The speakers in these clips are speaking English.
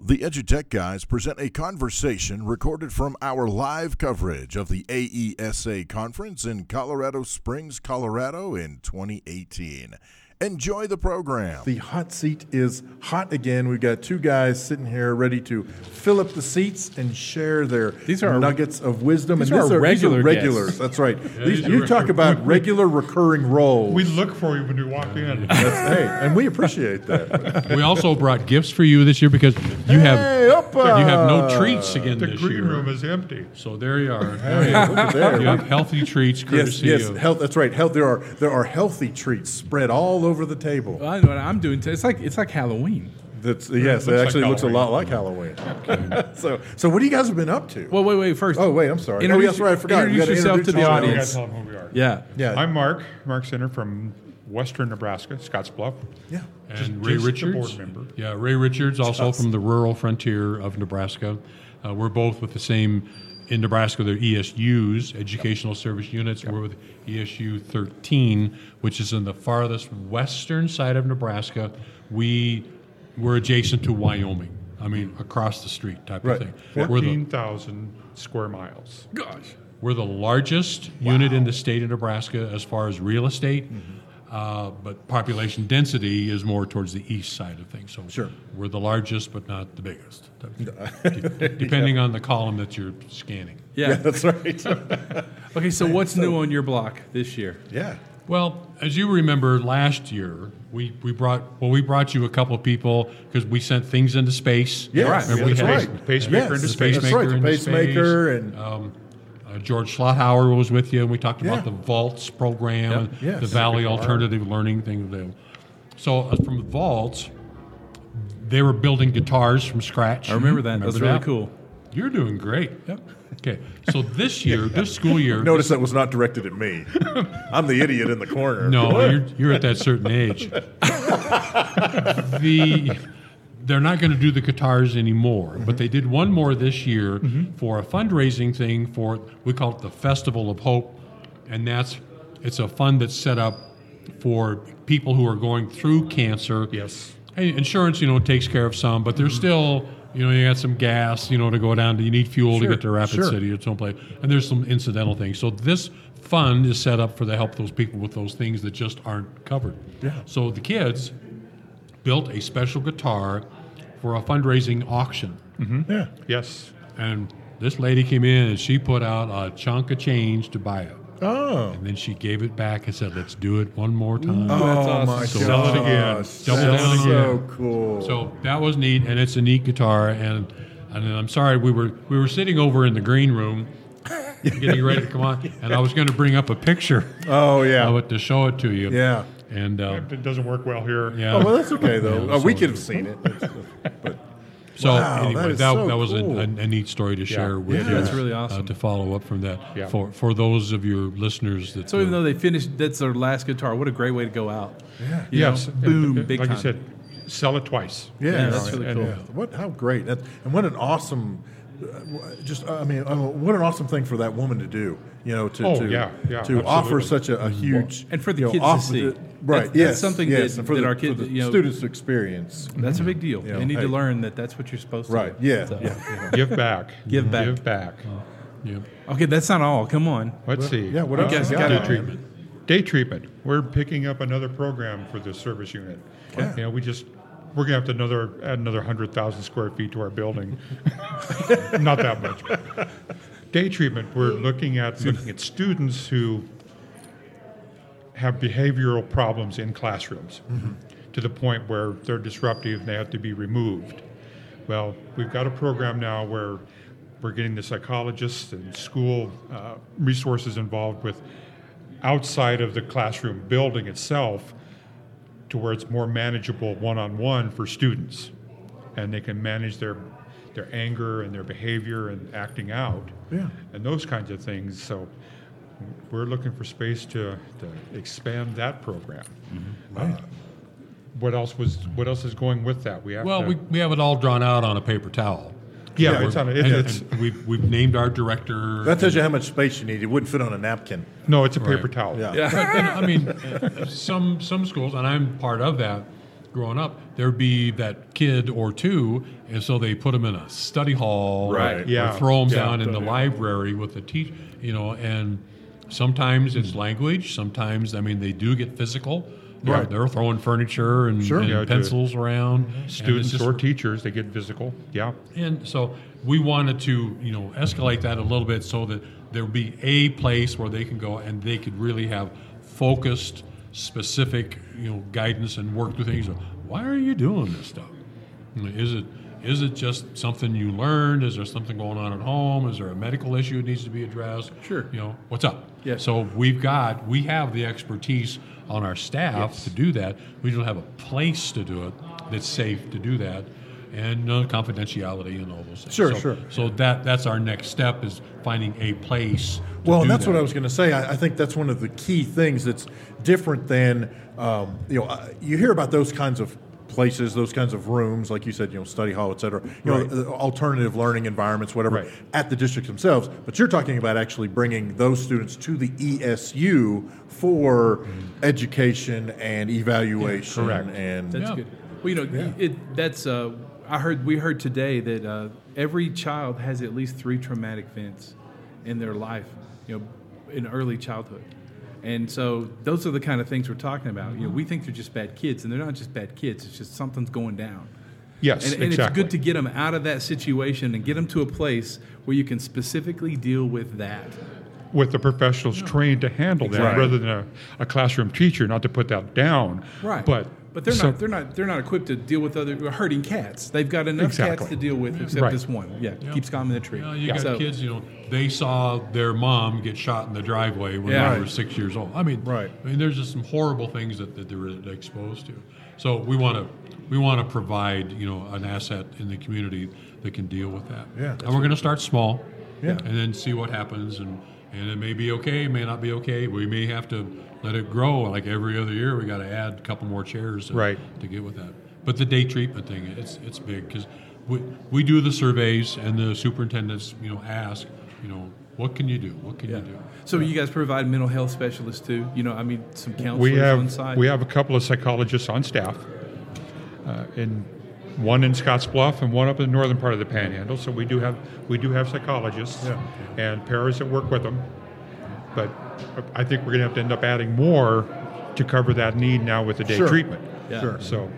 The EduTech guys present a conversation recorded from our live coverage of the AESA conference in Colorado Springs, Colorado in 2018. Enjoy the program. The hot seat is hot again. We've got two guys sitting here ready to fill up the seats and share their These are our- nuggets of wisdom. these and are these our are, these are regular regulars. guests. That's right. these, these are you talk regular- about regular recurring roles. We look for you when you walk in. That's- hey, and we appreciate that. We also brought gifts for you this year because you Hey, uh, have opa! you have no treats again Uh, The this green year. room is empty. So there you are. there. You have healthy treats Yes, courtesy yes, of. health. That's right. Health. There are there are healthy treats spread all over the table. Well, I know what I'm doing. T- it's like it's like Halloween. That's yes. It, looks like actually looks a Halloween. lot like Halloween. so, so what do you guys have been up to? Well, wait, wait. First. Oh, wait, I'm sorry. Oh, Introduce, yes, right, I forgot. You Introduce gotta yourself to introduce yourself. the You gotta audience. tell them who we are. Yeah. yeah, I'm Mark, Mark Center from Western Nebraska, Scottsbluff. yeah. And Just- Ray just a Richards. board member. Yeah, Ray Richards, also from the rural frontier of Nebraska. Uh, we're both with the same, in Nebraska, they're ESUs, Educational Service Units. We're with E ESU 13, which is in the farthest western side of Nebraska. We, we're adjacent to Wyoming. I mean, across the street type Right. of thing. We're the- Fourteen thousand square miles. Gosh. We're the largest unit in the state of Nebraska as far as real estate, Mm-hmm. uh, but population density is more towards the east side of things. So Sure. we're the largest, but not the biggest, de- depending on the column that you're scanning. Yeah. Yeah, that's right. Okay. So what's new on your block this year? yeah. Well, as you remember, last year we, we brought well we brought you a couple of people because we sent things into space. Yes, right. And we that's had- right. pacemaker yes, into that's space. That's right, the Pacemaker into space. pacemaker and Um, uh, George Schlotthauer was with you, and we talked Yeah. about the Vaults program, and Yes. the Valley Alternative Learning thing. there. So uh, from Vaults, they were building guitars from scratch. Hmm. I remember that. That's really cool. You're doing great. Yep. Okay. So this year, this school year, notice that was not directed at me. I'm the idiot in the corner. No, you're, you're at that certain age. the they're not going to do the guitars anymore, but they did one more this year for a fundraising thing for we call it the Festival of Hope, and that's it's a fund that's set up for people who are going through cancer. Yes. Hey, insurance, you know, takes care of some, but Mm-hmm. there's still, you know, you got some gas, you know, to go down to, you need fuel to get to Rapid sure. City or someplace, and there's some incidental things. So this fund is set up for to help those people with those things that just aren't covered. Yeah. So the kids built a special guitar for a fundraising auction, Yeah. Yes. and this lady came in and she put out a chunk of change to buy it. Oh. And then she gave it back and said, "Let's do it one more time." That's oh awesome. my So- Sell god. it again. Double That's down on so it. cool. So that was neat, and it's a neat guitar. And and I'm sorry, we were we were sitting over in the green room, getting ready to come on, and I was going to bring up a picture oh yeah. of it to show it to you. yeah. And uh, It doesn't work well here. yeah, Oh well, that's okay though. Yeah, Uh, we so- could have seen it. but so wow, that anyway, that is that, so was a, cool. a, a neat story to share with Yeah, you. that's really uh, awesome. to follow up from that Yeah. for for those of your listeners that So even though they finished, that's their last guitar. What a great way to go out. Yeah. Yes. Boom. And, Big Like time. you said, sell it twice. yeah, Yeah, that's really and- cool. yeah. What? How great! That, and what an awesome, uh, w- just uh, I mean, uh, what an awesome thing for that woman to do. You know, to Oh, to, yeah, yeah, to offer absolutely. such a, a huge And for the you know, kids to off- see. right? That's- that's yes, something yes, that- and for that the, our for kids, the you know- students to experience. That's a big deal. Yeah. they need Hey. to learn that that's what you're supposed to. Right? do. Yeah. So- Yeah. Give back. Give back. Oh. Give back. yeah. Okay, that's not all. Come on. Let's see. yeah, what else you guys Uh, got Day on? treatment. Day treatment. We're picking up another program for this service unit. Okay. You know, we just, we're gonna have to another, add another hundred thousand square feet to our building. Not that much. Day treatment, we're looking at, looking at students who have behavioral problems in classrooms Mm-hmm. to the point where they're disruptive and they have to be removed. Well, we've got a program now where we're getting the psychologists and school uh, resources involved with outside of the classroom building itself to where it's more manageable one on one for students and they can manage their their anger and their behavior and acting out Yeah. and those kinds of things. So we're looking for space to, to expand that program. Uh, what else was what else is going with that? We have Well, to, we, we have it all drawn out on a paper towel. yeah, yeah, it's on a, it, And- it's and we've we've named our director. That tells you how much space you need. It wouldn't fit on a napkin. no, it's a paper Right. towel. Yeah. But, you know, I mean, uh, some some schools, and I'm part of that. growing up, there'd be that kid or two, and so they put them in a study hall, Right. Or Yeah. throw them Yeah. down in the library with the teacher, you know. And sometimes it's language. Sometimes I mean they do get physical. They're, Right. they're throwing furniture and, Sure. and Yeah, to- pencils around. and it's Students just- or teachers, they get physical. Yeah. and so we wanted to, you know, escalate that a little bit so that there would be a place where they can go and they could really have focused, specific, you know, guidance and work through things. Why are you doing this stuff? You know, Is it is it just something you learned? Is there something going on at home? Is there a medical issue that needs to be addressed? Sure. You know, what's up? Yeah. So we've got we have the expertise on our staff to do that. We don't have a place to do it that's safe to do that, and uh, confidentiality and all those things. Sure, so, sure. So that that's our next step is finding a place. to Well, do and that's what that. I was going to say. I, I think that's one of the key things that's different than um, you know. uh, You hear about those kinds of places, those kinds of rooms, like you said, you know, study hall, et cetera. You Right. know, uh, alternative learning environments, whatever, Right. at the districts themselves. But you're talking about actually bringing those students to the ESU for education and evaluation. correct. And That's Yeah. good. Well, you know, it that's uh, I heard we heard today that uh, every child has at least three traumatic events in their life, you know, in early childhood. And so those are the kind of things we're talking about. You know, we think they're just bad kids, and they're not just bad kids. It's just something's going down. Yes, and, and exactly. it's good to get them out of that situation and get them to a place where you can specifically deal with that. with the professionals trained to handle that Exactly. rather than a, a classroom teacher, not to put that down. Right. But, but they're so- not they're not they're not equipped to deal with other hurting cats. They've got enough Exactly. cats to deal with except Right. this one. Yeah, keeps calm in the tree. You, know, you got So- kids, you know, they saw their mom get shot in the driveway when Yeah. they were six years old. I mean, Right. I mean, there's just some horrible things that, that they're exposed to. So we want to we want to provide you know an asset in the community that can deal with that. Yeah. and we're going to start small. Yeah. and then see what happens, and and it may be okay, it may not be okay. We may have to let it grow. Like every other year, we got to add a couple more chairs. to- Right. to get with that. But the day treatment thing, it's it's big because we, we do the surveys and the superintendents, you know, ask, you know, what can you do? What can you do? So you guys provide mental health specialists too? You know, I mean, some counselors we on have, site. we have a couple of psychologists on staff, uh, in, one in Scotts Bluff and one up in the northern part of the Panhandle. So we do have, we do have psychologists Yeah. and paras that work with them. But I think we're going to have to end up adding more to cover that need now with the day Sure. treatment. Yeah. sure. So,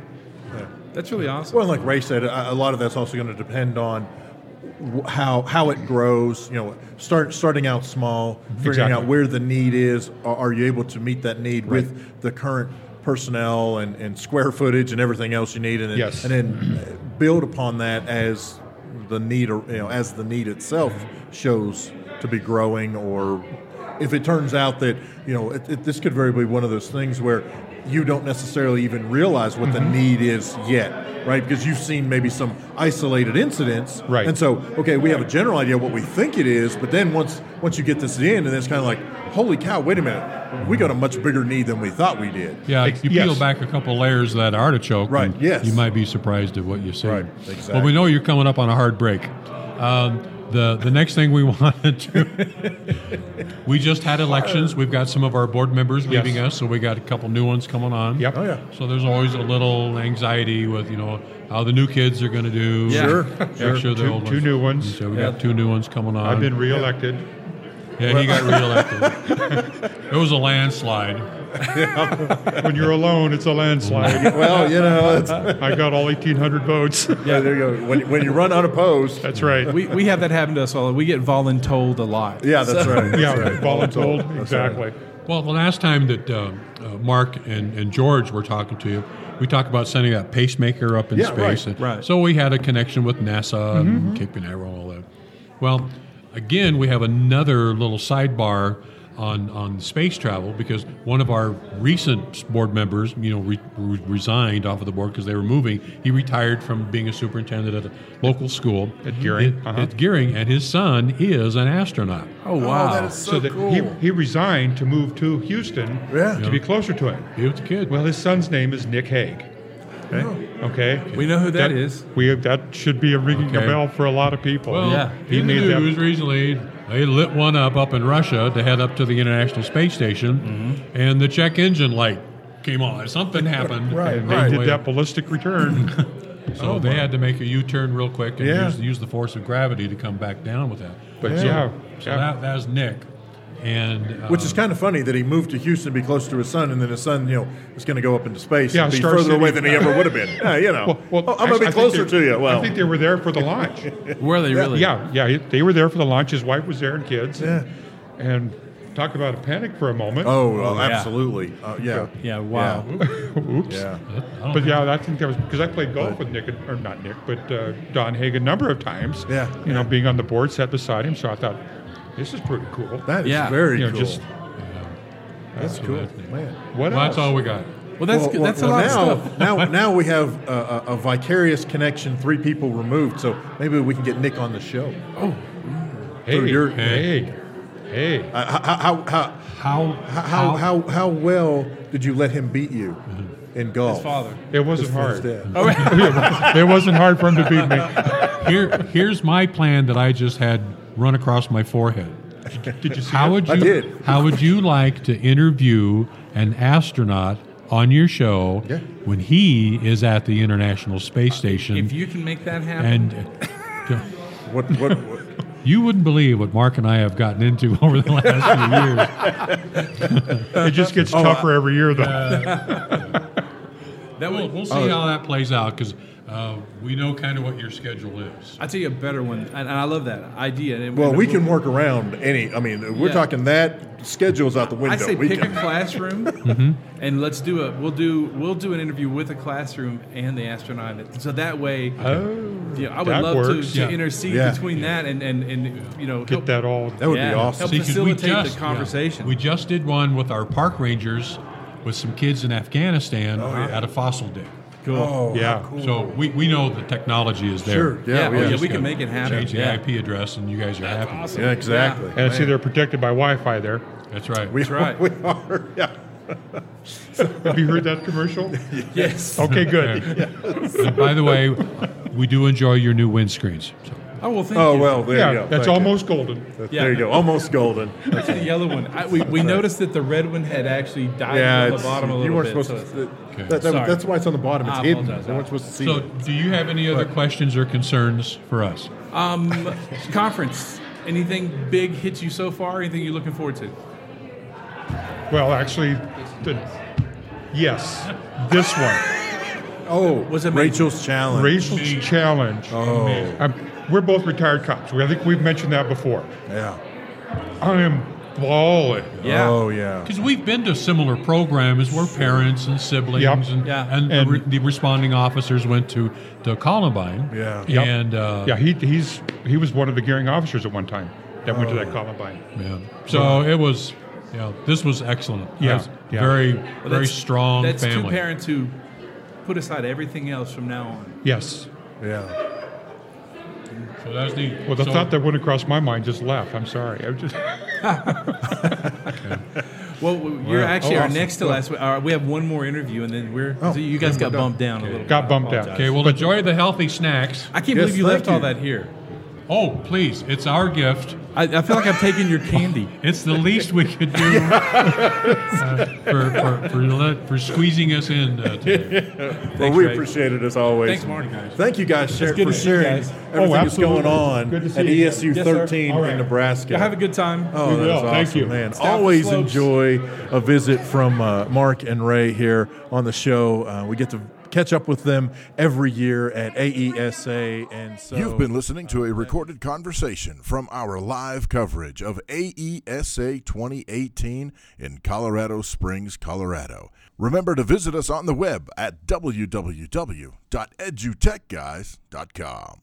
That's really awesome. Well, and like Ray said, a, a lot of that's also going to depend on wh- how how it grows. You know, start starting out small, figuring Exactly. out where the need is. Are, are you able to meet that need with the current personnel and, and square footage and everything else you need, and then, Yes. and then uh, build upon that as the need, or, you know, as the need itself shows to be growing or. If it turns out that you know it, it, this could very be one of those things where you don't necessarily even realize what the need is yet, right? Because you've seen maybe some isolated incidents, Right. And so so okay, we have a general idea what we think it is, but then once once you get this in, and it's kind of like, holy cow, wait a minute, we got a much bigger need than we thought we did. Yeah, Ex- you peel yes. back a couple layers of that artichoke, Right, and yes. you might be surprised at what you see. Right, Well, exactly. we know you're coming up on a hard break. Um, the the next thing we wanted to, we just had elections. We've got some of our board members leaving us, so we got a couple new ones coming on. yep. Oh yeah, So there's always a little anxiety with you know how the new kids are going to do. Yeah. Sure. Make sure the Two- old two new ones. So we Yeah. got two new ones coming on. I've been reelected. yeah, he got reelected. it was a landslide. When you're alone, it's a landslide. well, you know, that's, I got all 1,800 votes. yeah, there you go. When, when you run unopposed, That's right. we, we have that happen to us all. We get voluntold a lot. yeah, that's right. that's yeah, right. voluntold. That's right. Exactly. Well, the last time that uh, uh, Mark and, and George were talking to you, we talked about sending that pacemaker up in Yeah, right, Mm-hmm. space. And right. So we had a connection with NASA and Cape Canaveral and all that. Well, again, we have another little sidebar on, on space travel because one of our recent board members, you know, re- re- resigned off of the board because they were moving. He retired from being a superintendent at a local school At Gearing, At- uh-huh. at Gearing, and his son is an astronaut. Oh wow. that is so, that cool. he, he resigned to move to Houston Yeah. to be closer to him. He was a kid. Well, his son's name is Nick Haig. Okay. Okay. we know who that is. We that should be a ringing a Okay. bell for a lot of people. Well, Yeah. He in the made news that. recently, they lit one Mm-hmm. up up in Russia to head up to the International Space Station, and the check engine light came on. Something happened. Right, and They right. did way- that ballistic return. So they had to make a U-turn real quick and Yeah. use, use the force of gravity to come back down with that. But so, yeah, so yeah. that that's Nick, and uh, Which is kind of funny that he moved to Houston to be close to his son, and then his son, you know, is going to go up into space Yeah, and be Star further City. away than he ever would have been. Yeah, you know, Well, well, oh, I'm going actually, to be I think closer they- to you. Well, I think they were there for the launch. Were they really? yeah, yeah, they were there for the launch. His wife was there and kids. And talk about a panic for a moment. oh, well, yeah. absolutely. Uh, yeah. Yeah. Wow. Oops. yeah, But yeah, I think that was because I played golf with Nick, or not Nick, but uh, Don Haig a number of times. Yeah, You know, being on the board, sat beside him. So I thought, this is pretty cool. that is Yeah. very you know, cool. just That's cool, man. what well, else? that's all we got. Well, that's good. that's a lot now, of stuff. now, now we have a, a, a vicarious connection, three people removed. So maybe we can get Nick on the show. Oh, mm. hey, through your- hey, hey, Uh, how, how, how, How how, how, how, how well did you let him beat you in golf? His father. it wasn't His hard. dad. it wasn't hard for him to beat me. here here's my plan that I just had run across my forehead. Did you see How it? would you I did. How would you like to interview an astronaut on your show Yeah. when he is at the International Space Station? If you can make that happen, and What, what, what, you wouldn't believe what Mark and I have gotten into over the last few years. It just gets Oh, tougher every year, though. that We'll, would. we'll see how that plays out because uh, we know kind of what your schedule is. I tell you a better one, and, and I love that idea. and- Well, and we we'll- can work around any. I mean, we're Yeah. talking that schedule's out the Mm-hmm. window. I say we pick can, a classroom, and let's do a. We'll do we'll do an interview with a classroom and the astronaut. So that way, Oh, you know, I would that love works. to, to Yeah. intercede Yeah. between that and and and you know Get that all. that would yeah, be awesome. help See, 'cause we facilitate just- the yeah. conversation. we just did one with our park rangers with some kids in Afghanistan Oh, at a fossil dig. Oh, Yeah. So we, we know the technology is there. Sure, yeah, we Yeah, oh, have- yeah, Just we can gotta make it happen. Change the Yeah. IP address, and you guys are happy. Awesome. yeah, exactly. And see, Man. they're protected by Wi-Fi there. That's right. we, That's right. we are. Yeah. Have you heard that commercial? Yeah. Yes. Oh. Okay, good. And by the way, we do enjoy your new windscreens. So Oh well, thank Oh you. well, there yeah, you go. Thank that's you. almost golden. That- yeah. There you go. Almost golden. That's the yellow one. I, we we noticed that the red one had actually died yeah, from the it's- bottom a you little weren't bit. supposed so to. it's- that- that- Sorry. that's why it's on the bottom. It's I hidden. apologize. They weren't supposed to see. So, it. do you have any other questions or concerns for us? um, conference. Anything big hit you so far? Anything you're looking forward to? Oh, Well, actually, the, yes, this one, oh, Was it Rachel's challenge? Rachel's challenge. Oh. Um, we're both retired cops. We, I think we've mentioned that before. yeah. I am balling. Yeah. Oh yeah. Because we've been to similar programs where parents and siblings Yep. and, Yeah. and, the, And- re- the responding officers went to, to Columbine. Yeah. Yep. And uh, Yeah, he he's he was one of the gearing officers at one time that went to Oh. that Columbine. yeah. So it was, yeah, this was excellent. Yeah. It was Yeah. Very, Well, very that's- strong That's family. two parents who put aside everything else from now on. Yes. Yeah. So that's neat. Well, the So- thought that went across my mind just left. I'm sorry. I was just Well, we- you're Wow. actually Oh, our awesome. next to last. Our, we have one more interview, and then we're. Oh, so you guys got bumped down a little. got bit. bumped out. Apologize. Okay, well, enjoy the healthy snacks. I can't Yes, believe you thank left all you. that here. Oh, please, it's our gift. I, I feel like I've taken your candy. It's the least we could do uh, for, for, for, let, for squeezing us in uh, today. Well, we Ray. appreciate it as always. Thanks, Marty. Guys. Thank you guys Sher- good for to see you sharing guys. Oh, everything that's absolutely. going on Good to see at E you. ESU Yes, sir. 13 All right. in Nebraska. Y'all have a good time. Oh, that's We will. awesome, Thank you. man. Staff Always slopes. enjoy a visit from uh, Mark and Ray here on the show. Uh, we get to catch up with them every year at AESA, and so You've been listening to a recorded conversation from our live coverage of E AESA 2018 in Colorado Springs, Colorado. Remember to visit us on the web at www.edutechguys.com.